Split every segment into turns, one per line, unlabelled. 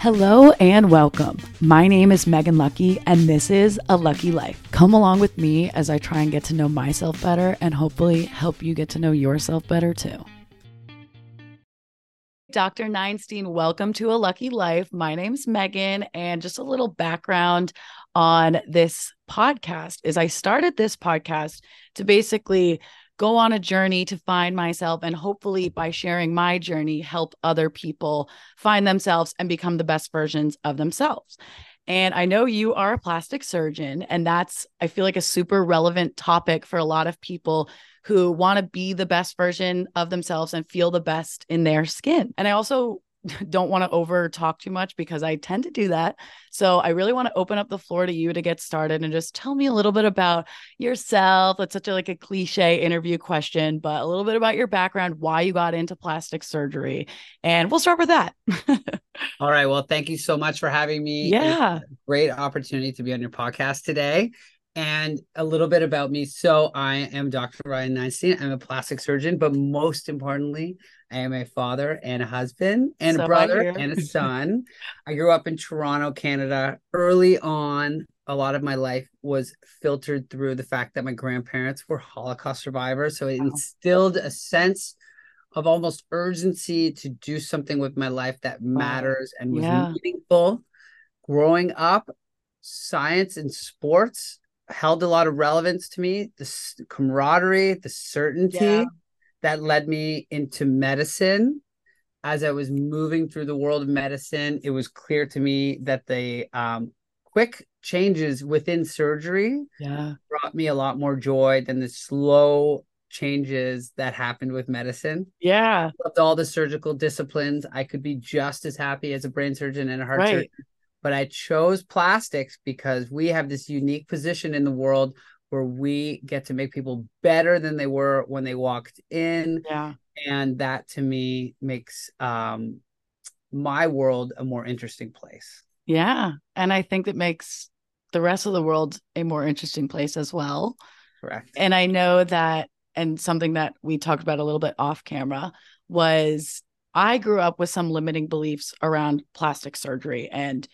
Hello and welcome. My name is Megan Lucky, and this is A Lucky Life. Come along with me as I try and get to know myself better and hopefully help you get to know yourself better too. Dr. Neinstein, welcome to A Lucky Life. My name's Megan, and just a little background on this podcast is I started this podcast to basically go on a journey to find myself and hopefully by sharing my journey help other people find themselves and become the best versions of themselves and i know you are a plastic surgeon and that's i feel like a super relevant topic for a lot of people who want to be the best version of themselves and feel the best in their skin and i also don't want to over talk too much because I tend to do that. So I really want to open up the floor to you to get started and just tell me a little bit about yourself. That's such a like a cliche interview question, but a little bit about your background, why you got into plastic surgery. And we'll start with that.
All right. Well, thank you so much for having me.
yeah.
Great opportunity to be on your podcast today. And a little bit about me. So I am Dr. Ryan Neinstein. I'm a plastic surgeon, but most importantly, I am a father and a husband and
So
a
I
brother
hear.
and a son. I grew up in Toronto, Canada. Early on, a lot of my life was filtered through the fact that my grandparents were Holocaust survivors. So it
Wow.
instilled a sense of almost urgency to do something with my life that matters and was
Yeah.
meaningful. Growing up, science and sports held a lot of relevance to me, the s- camaraderie, the certainty
Yeah.
that led me into medicine. As I was moving through the world of medicine, it was clear to me that the um, quick changes within surgery
Yeah.
brought me a lot more joy than the slow changes that happened with medicine
Yeah.
loved all the surgical disciplines. I could be just as happy as a brain surgeon and a heart
Right.
surgeon, but I chose plastics because we have this unique position in the world where we get to make people better than they were when they walked in,
Yeah.
and that to me makes um, my world a more interesting place.
Yeah. And I think that makes the rest of the world a more interesting place as well.
Correct.
and I know that, and something that we talked about a little bit off camera was I grew up with some limiting beliefs around plastic surgery and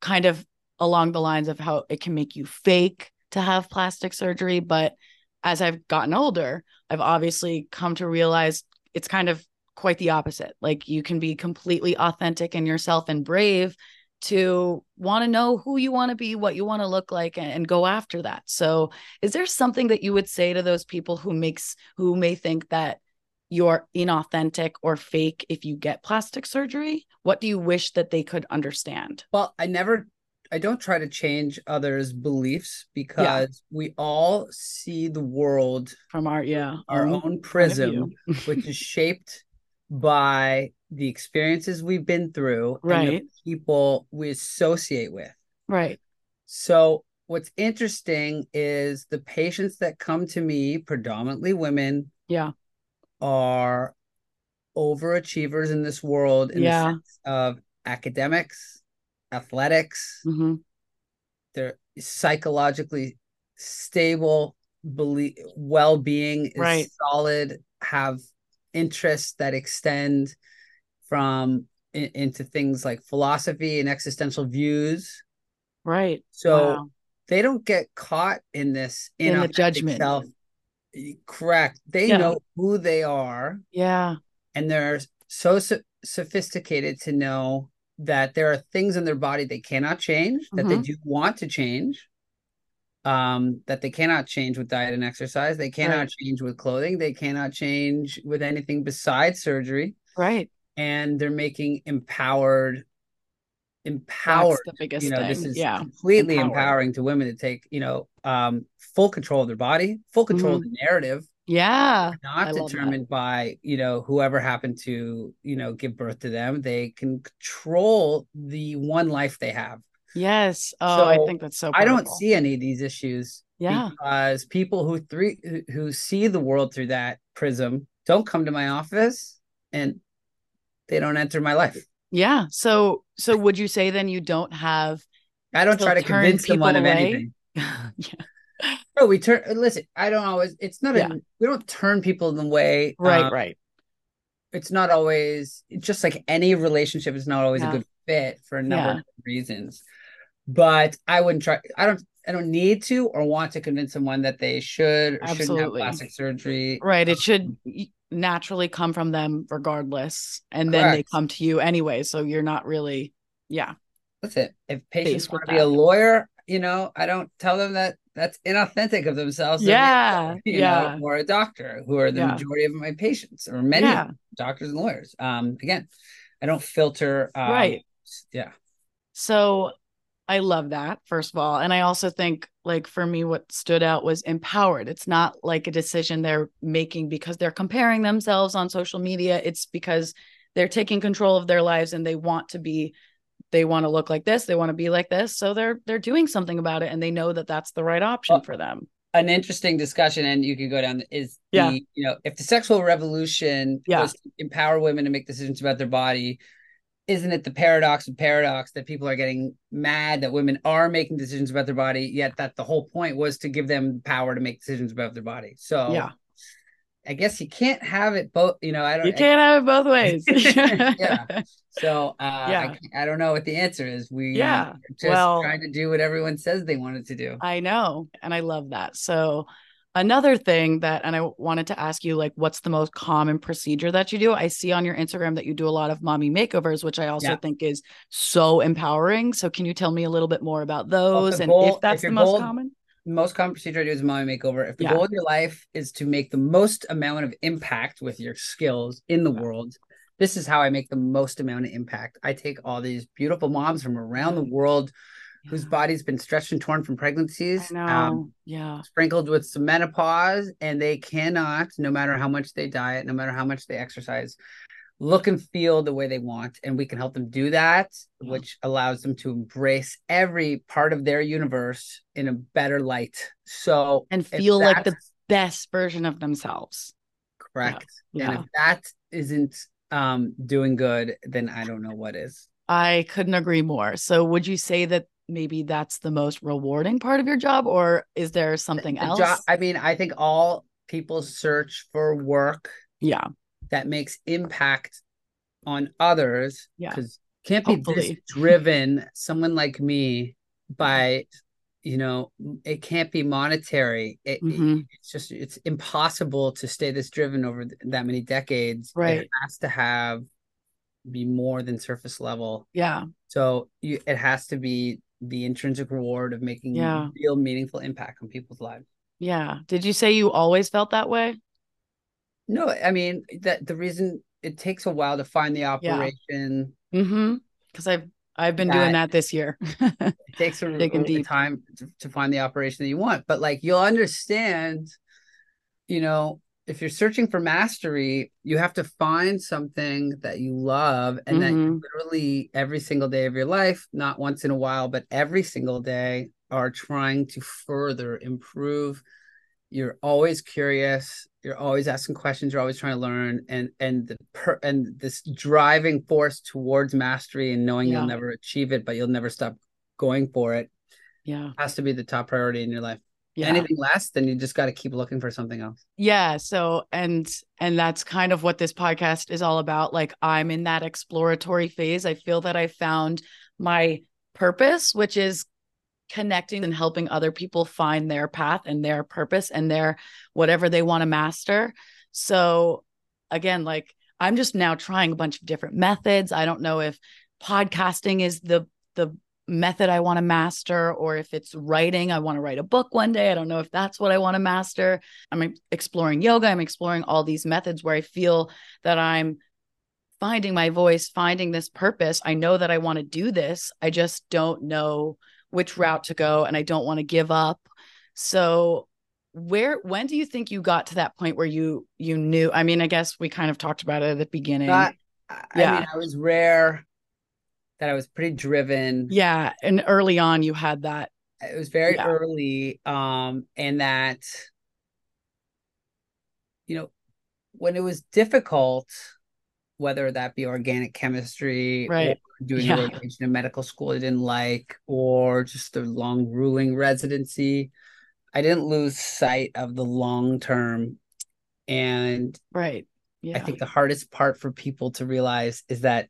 kind of along the lines of how it can make you fake to have plastic surgery. But as I've gotten older, I've obviously come to realize it's kind of quite the opposite. Like you can be completely authentic in yourself and brave to want to know who you want to be, what you want to look like, and, and go after that. So, is there something that you would say to those people who makes who may think that you're inauthentic or fake if you get plastic surgery what do you wish that they could understand
Well, I never, I don't try to change others' beliefs because we all see the world
from our yeah
our
own Mm-hmm.
own
point of
prism.
view?
which is shaped by the experiences we've been through and
right
the people we associate with.
right
So, what's interesting is the patients that come to me, predominantly women,
yeah
are overachievers in this world in
Yeah.
the sense of academics, athletics,
hmm
they're psychologically stable believe well-being is
Right.
solid have interests that extend from in- into things like philosophy and existential views
right
so
wow.
they don't get caught in this
In the
inauthentic
judgment.
self correct they
Yeah.
know who they are
yeah
and they're so so- sophisticated to know that there are things in their body they cannot change that they
Mhm.
do want to change um that they cannot change with diet and exercise they cannot
Right.
change with clothing they cannot change with anything besides surgery
right
and they're making empowered empowered
that's the biggest
you know
thing
this is
yeah
completely
Empowered.
empowering to women to take you know um full control of their body full control
Mm-hmm.
of the narrative
yeah I
not
love that.
determined by you know whoever happened to you know give birth to them they can control the one life they have
yes oh i
So,
think that's so
i
powerful.
don't see any of these issues
yeah
because people who three who- who see the world through that prism don't come to my office and they don't enter my life
yeah so so would you say then you don't have
i don't
So
try to
turn
convince someone
people
of
away?
anything
yeah
no we turn listen i don't always it's not
Yeah.
a we don't turn people in the way
right
um,
right
it's not always just like any relationship is not always
Yeah.
a good fit for a number of reasons. But I wouldn't try. I don't. I don't need to or want to convince someone that they should or shouldn't have
Absolutely.
plastic surgery.
Right. It should y- naturally come from them regardless. And then they
Correct.
come to you anyway. So you're not really, yeah.
Listen, if patients
Faced with
want to be
that.
a lawyer, you know, I don't tell them that that's inauthentic of themselves. They're
Yeah.
you
yeah.
know, or a doctor, who are the
Yeah.
majority of my patients, or many of
Yeah.
them, doctors and lawyers. Um, again, I don't filter. Um,
Right.
Yeah.
So I love that, first of all. And I also think, like, for me, what stood out was empowered. It's not like a decision they're making because they're comparing themselves on social media. It's because they're taking control of their lives and they want to be they want to look like this they want to be like this so they're they're doing something about it and they know that that's the right option
Well,
for them
An interesting discussion, and you can go down is
Yeah.
the you know if the sexual revolution
Yeah.
was to empower women to make decisions about their body, isn't it the paradox of paradox that people are getting mad that women are making decisions about their body, yet that the whole point was to give them power to make decisions about their body. So
yeah
I guess you can't have it both. You know, I don't.
you can't have it both ways
Yeah. So uh, I,
Yeah.
can't- I don't know what the answer is. We
Yeah.
are just
Well-
trying to do what everyone says they wanted to do.
I know. And I love that. So, another thing that, and I wanted to ask you, like, what's the most common procedure that you do? I see on your Instagram that you do a lot of mommy makeovers, which I also
Yeah.
think is so empowering. So, can you tell me a little bit more about those and
goal-
if that's
Oh, if your
the most
goal-
common?
Most common procedure I do is a mommy makeover. If the
Yeah.
goal of your life is to make the most amount of impact with your skills in the world, this is how I make the most amount of impact. I take all these beautiful moms from around the world whose body's been stretched and torn from
I
pregnancies.
know.
Um,
yeah.
sprinkled with some menopause and they cannot no matter how much they diet no matter how much they exercise look and feel the way they want and we can help them do that
Yeah.
which allows them to embrace every part of their universe in a better light so
And
if
feel like the
that's
best version of themselves.
correct
Yeah.
and if that isn't um doing good then i don't know what is
I couldn't agree more. So, would you say that maybe that's the most rewarding part of your job, or is there something
The
else?
jo- i mean i think all people search for work
yeah.
that makes impact on others
Yeah.
because can't be this
Hopefully.
driven someone like me by you know it can't be monetary it,
Mhm.
it's just it's impossible to stay this driven over th- that many decades
Right.
it has to have be more than surface level
Yeah.
so you, it has to be the intrinsic reward of making
Yeah.
real meaningful impact on people's lives
Yeah. Did you say you always felt that way?
no i mean that the reason it takes a while to find the operation
Mm-hmm. Because I've I've been doing that this year.
it takes a,
Digging
a
deep.
time to, to find the operation that you want but like you'll understand you know if you're searching for mastery you have to find something that you love and that you
Mhm.
literally every single day of your life not once in a while but every single day are trying to further improve you're always curious you're always asking questions you're always trying to learn and and the per, and this driving force towards mastery and knowing
Yeah.
you'll never achieve it but you'll never stop going for it
yeah.
has to be the top priority in your life
Yeah.
anything less then you just got to keep looking for something else
yeah. So and and that's kind of what this podcast is all about. Like I'm in that exploratory phase. I feel that I found my purpose, which is connecting and helping other people find their path and their purpose and their whatever they want to master. So again, like I'm just now trying a bunch of different methods. I don't know if podcasting is the the method I want to master or if it's writing. I want to write a book one day. I don't know if that's what I want to master. I'm exploring yoga. I'm exploring all these methods where I feel that I'm finding my voice, finding this purpose. I know that I want to do this. I just don't know which route to go and I don't want to give up. So where when do you think you got to that point where you you knew I mean I guess we kind of talked about it at the beginning.
Not, I, I mean,
Yeah.
I was rare that I was pretty driven.
yeah, and early on you had that.
It was very
Yeah.
early. Um, and that, you know, when it was difficult, whether that be organic chemistry,
Right.
or doing
Yeah.
a rotation in medical school I didn't like, or just the long ruling residency, I didn't lose sight of the long term. And
Right. Yeah.
I think the hardest part for people to realize is that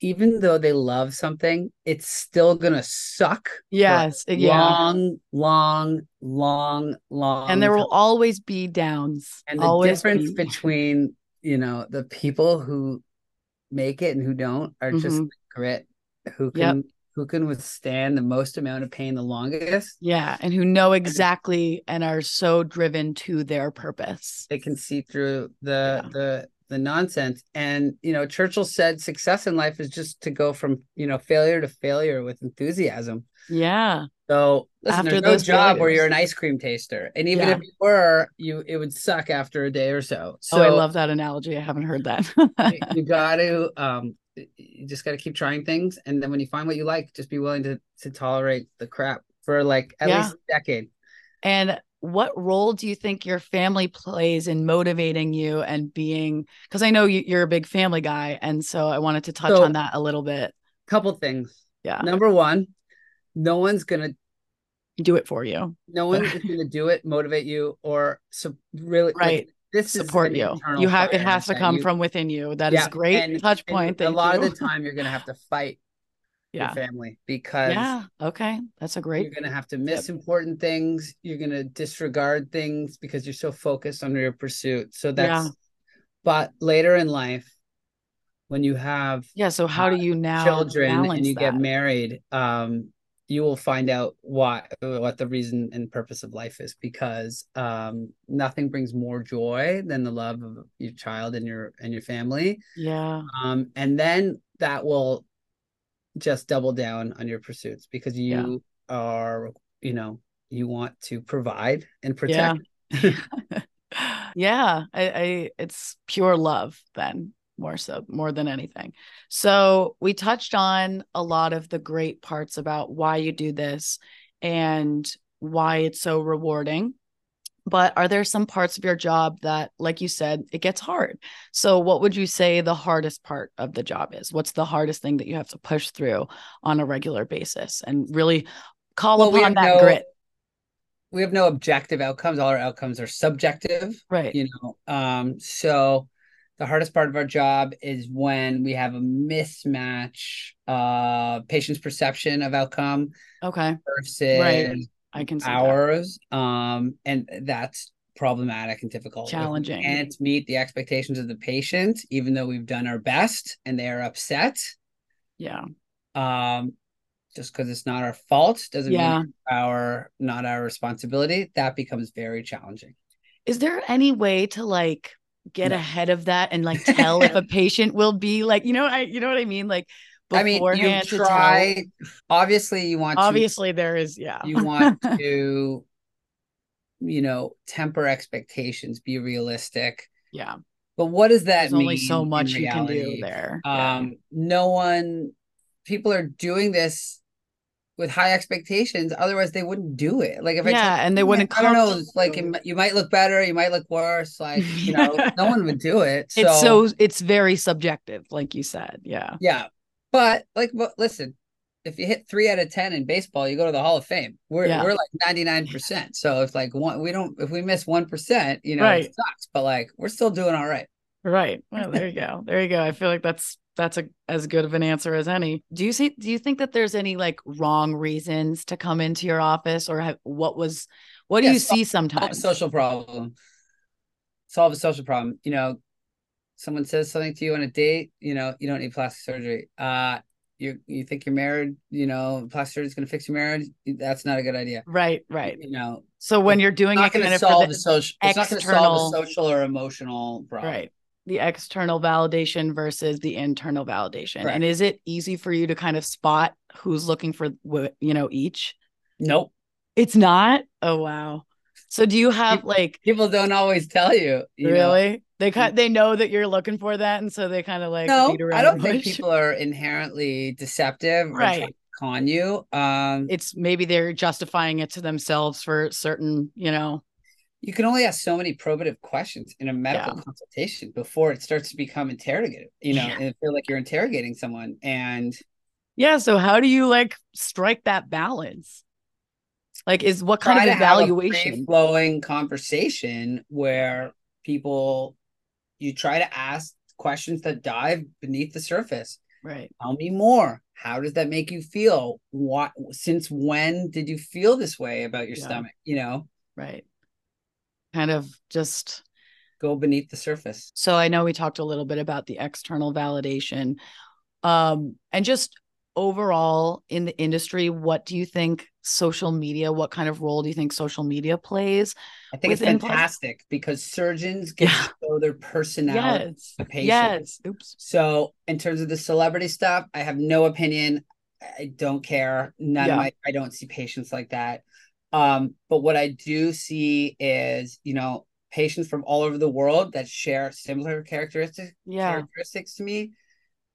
even though they love something, it's still gonna suck.
Yes.
for
Yeah.
Long, long, long, long.
And there
time.
will always be downs.
and the
always
difference
be.
between you know the people who make it and who don't are just
Mhm.
grit who
Yep.
can who can withstand the most amount of pain the longest
yeah, and who know exactly and are so driven to their purpose.
they can see through the
Yeah.
the the nonsense and you know churchill said success in life is just to go from you know failure to failure with enthusiasm
Yeah.
so listen,
After
there's no
those
job where
failures.
you're an ice cream taster and even
Yeah.
if you were you it would suck after a day or so so
oh, I love that analogy. I haven't heard that.
you you got to um you just got to keep trying things and then when you find what you like just be willing to to tolerate the crap for like at
Yeah.
least a decade
And what role do you think your family plays in motivating you and being? Because I know you, you're a big family guy, and so I wanted to touch
So-
on that a little bit.
couple things
Yeah.
number one no one's gonna
Do it for you,
no one is gonna do it motivate you or so really like,
right?
this is
Support
an
you.
internal
You have it
fire
has to
that
come
you-
from within you. That is
Yeah,
great
and-
touch
and
point.
a
Thank
lot
you.
of the time you're gonna have to fight
yeah,
your family because
yeah. Okay, that's a
you're
great.
going to have to miss important things you're going to disregard things because you're so focused on your pursuit so that's
Yeah.
but later in life when you have
Yeah. So how do you now
children
balance
and you
that?
get married um you will find out why what the reason and purpose of life is because um nothing brings more joy than the love of your child and your and your family
yeah,
um and then that will just double down on your pursuits because
Yeah.
you are you know you want to provide and
yeah,
protect
yeah. I, I it's pure love then more so more than anything. So we touched on a lot of the great parts about why you do this and why it's so rewarding. But are there some parts of your job that, like you said, it gets hard? So, what would you say the hardest part of the job is? What's the hardest thing that you have to push through on a regular basis and really call
Well, we
upon
have
that
no-
grit?
we have no objective outcomes all our outcomes are subjective
Right.
you know um so the hardest part of our job is when we have a mismatch uh patient's perception of outcome
Okay.
versus
I can see that.
hours um and that's problematic and difficult If we
Challenging.
can't meet the expectations of the patient even though we've done our best and they are upset
Yeah.
um just because it's not our fault doesn't
Yeah.
mean it's our not our responsibility that becomes very challenging
Is there any way to like get
No.
ahead of that and like tell if a patient will be like, you know, I, you know what I mean? Like,
i mean you
beforehand to tell-
try obviously you want
Obviously, there is. Yeah.
to you want to you know temper expectations be realistic
Yeah.
but what does that
There's only
mean
so
in
much you can do
reality?
there. Yeah.
um no one people are doing this with high expectations otherwise they wouldn't do it like if I
yeah, and they wouldn't
I
come.
don't
to
know. Like
you.
it, you might look better, you might look worse. Like you know, no one would do it. So,
it's so it's very subjective, like you said. Yeah,
yeah, but like, but listen, if you hit three out of ten in baseball, you go to the Hall of Fame. We're
Yeah.
we're like ninety nine percent. So if like one, we don't if we miss one percent, you know,
Right.
it sucks. But like, we're still doing all right.
right. Well, there you go. There you go. I feel like that's that's a, as good of an answer as any. Do you see? Do you think that there's any like wrong reasons to come into your office, or have, what was? What do you
Yes,
see
Solve a
sometimes?
social problem. Solve a social problem. You know, someone says something to you on a date, you know, you don't need plastic surgery. Uh you you think you're married, you know, plastic surgery's gonna fix your marriage. That's not a good idea.
Right, right.
You know,
So when you're doing
it's
it kind
not gonna
of for
solve
the-
a social it's not gonna solve
external-
a social or emotional problem.
Right. The external validation versus the internal validation.
Correct.
And is it easy for you to kind of spot who's looking for, wh- you know, each?
Nope.
It's not? Oh, wow. So do you have like,
People don't always tell you. you know.
really? They kind they know that you're looking for that. And so they kind of like,
No,
beat around
I
the
don't think
bush.
people are inherently deceptive or
Right.
trying to con you. Um
It's maybe they're justifying it to themselves for certain, you know,
you can only ask so many probative questions in a medical consultation before it starts to become interrogative, you know,
Yeah.
and feel like you're interrogating someone. And
yeah. So how do you like strike that balance? Like, is what kind
try
of
to have a
evaluation?
free-flowing conversation where people you try to ask questions that dive beneath the surface
Right.
Tell me more. How does that make you feel? What since when did you feel this way about your
Yeah.
stomach? You know,
Right. Kind of just
go beneath the surface.
So I know we talked a little bit about the external validation. Um, and just overall in the industry, what do you think social media, what kind of role do you think social media plays?
I think
Within
it's
plas-
fantastic because surgeons get
Yeah.
to show their personality.
yes.
to patients.
Yes. Oops.
So in terms of the celebrity stuff, I have no opinion. I don't care. None
Yeah.
of my, I don't see patients like that. Um, but what I do see is, you know, patients from all over the world that share similar characteristics
Yeah.
characteristics to me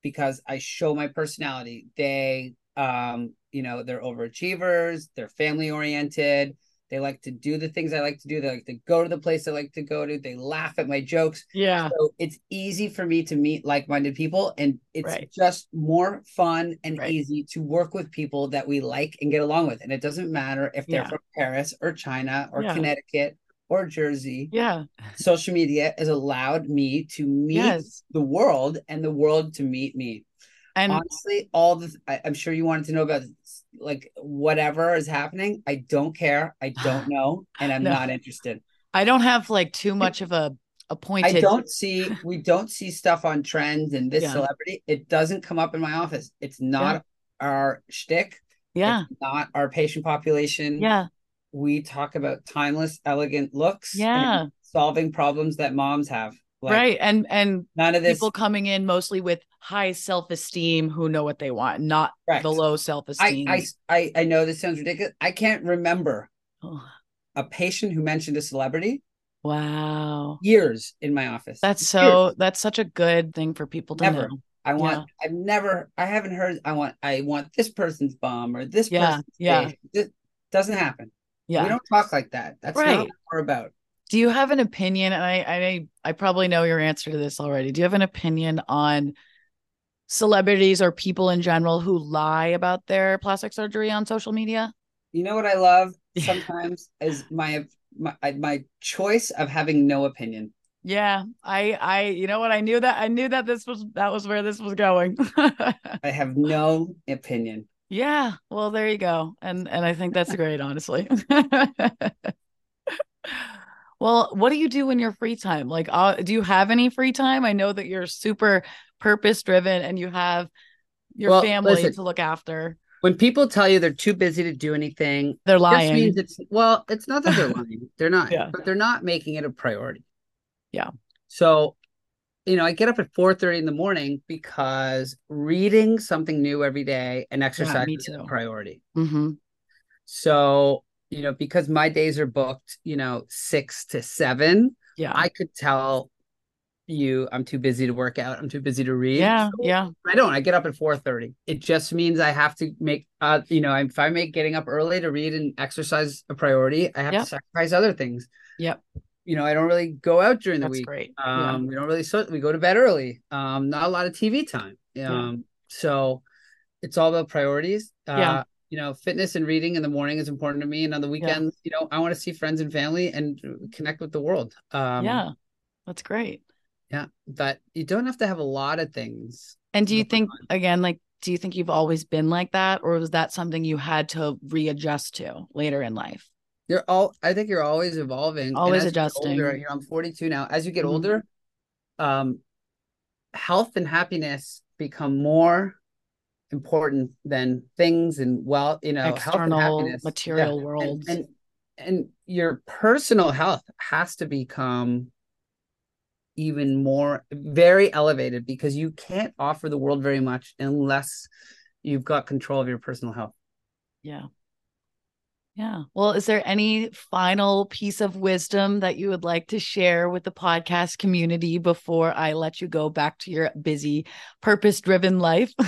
because I show my personality. They um, you know, they're overachievers, they're family oriented, they like to do the things I like to do, they like to go to the place I like to go to, they laugh at my jokes.
Yeah.
So it's easy for me to meet like-minded people, and it's
Right.
just more fun and
Right.
easy to work with people that we like and get along with. And it doesn't matter if they're
Yeah.
from Paris or China or
Yeah.
Connecticut or Jersey.
Yeah.
Social media has allowed me to meet
Yes.
the world and the world to meet me.
And
Honestly, all the I, I'm sure you wanted to know about like whatever is happening. I don't care. I don't know, and I'm
No.
not interested.
I don't have like too much of a appointed.
I don't see we don't see stuff on trends and this
Yeah.
celebrity. It doesn't come up in my office. It's not our shtick.
Yeah.
It's not our patient population.
Yeah.
We talk about timeless, elegant looks. and
Yeah.
solving problems that moms have. Like,
right. And and
None of this.
people coming in mostly with high self-esteem who know what they want, not
Correct.
the low
I,
self-esteem.
I I I know this sounds ridiculous. I can't remember
Oh,
a patient who mentioned a celebrity
wow.
years in my office.
That's
Years.
so that's such a good thing for people to
Never.
know.
I want. I've never. I haven't heard. I want. I want this person's bomb or this
Yeah,
person's
yeah.
face. This doesn't happen. We
Yeah.
don't talk like that. That's not
Right.
what we're about.
Do you have an opinion? And I I I probably know your answer to this already. Do you have an opinion on celebrities or people in general who lie about their plastic surgery on social media?
You know what I love
Yeah.
sometimes is my my my choice of having no opinion.
Yeah. I I you know what? I knew that I knew that this was that was where this was going.
I have no opinion.
Yeah, well, there you go. And and I think that's great, honestly. Well, what do you do in your free time? Like, uh, do you have any free time? I know that you're super purpose driven and you have your
Well,
family
listen.
to look after.
When people tell you they're too busy to do anything,
They're
this
lying.
means it's well, it's not that they're lying. They're not,
Yeah.
but they're not making it a priority.
Yeah.
So, you know, I get up at four thirty in the morning because reading something new every day and exercise
me
is a
too.
priority.
hmm
So, you know, because my days are booked, you know, six to seven,
Yeah.
I could tell you I'm too busy to work out. I'm too busy to read.
yeah.
So
Yeah.
I don't. I get up at four thirty. It just means I have to make, uh, you know, if I make getting up early to read and exercise a priority, I have
Yep.
to sacrifice other things.
Yep.
You know, I don't really go out during the
That's
week.
great. Yeah.
Um, we don't really so we go to bed early. Um, not a lot of TV time. Um,
Yeah.
so it's all about priorities. Uh,
Yeah.
you know, fitness and reading in the morning is important to me, and on the weekends, you know, I want to see friends and family and connect with the world. Um,
Yeah. That's great.
yeah, but you don't have to have a lot of things.
And do you
going
think, again, like, do you think you've always been like that or was that something you had to readjust to later in life?
You're all. I think you're always evolving, and
Always
as you get older,
adjusting.
you know, I'm 42 now. As you get
Mhm.
older, um, health and happiness become more important than things and well, you know, health and
External
happiness, Yeah.
material
And-
world.
and and your personal health has to become even more very elevated because you can't offer the world very much unless you've got control of your personal health.
Yeah. Yeah. Well, is there any final piece of wisdom that you would like to share with the podcast community before I let you go back to your busy, purpose driven life?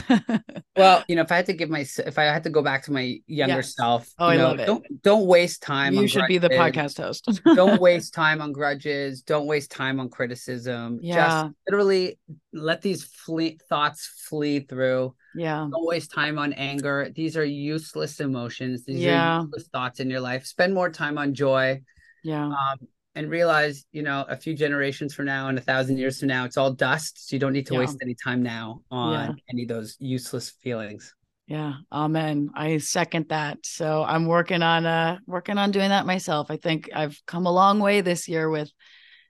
Well, you know, if I had to give my, if I had to go back to my younger
Yes.
self,
Oh,
you
I
know,
love it.
Don't don't waste time.
you
on
should be the
grudges.
podcast host.
don't waste time on grudges. Don't waste time on criticism.
Yeah.
Just literally let these flee, thoughts flee through.
yeah.
Don't waste time on anger. These are useless emotions. These
Yeah.
are useless thoughts in your life. Spend more time on joy.
Yeah.
Um, and realize, you know, a few generations from now and a thousand years from now, it's all dust. So you don't need to
Yeah.
waste any time now on
Yeah.
any of those useless feelings.
Yeah, amen. I second that. So I'm working on uh working on doing that myself. I think I've come a long way this year with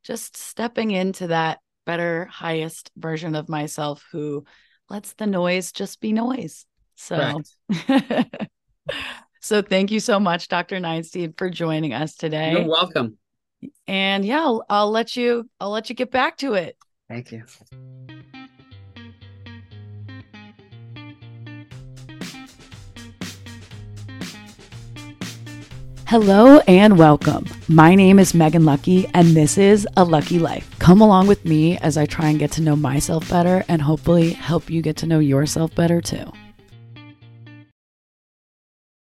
just stepping into that better highest version of myself who lets the noise just be noise. So
Correct.
So thank you so much Dr. Neinstein for joining us
You're
today.
welcome.
And yeah, I'll, I'll let you I'll let you get back to it.
Thank you.
Hello and welcome. My name is Megan Lucky, and this is A Lucky Life. Come along with me as I try and get to know myself better and hopefully help you get to know yourself better too.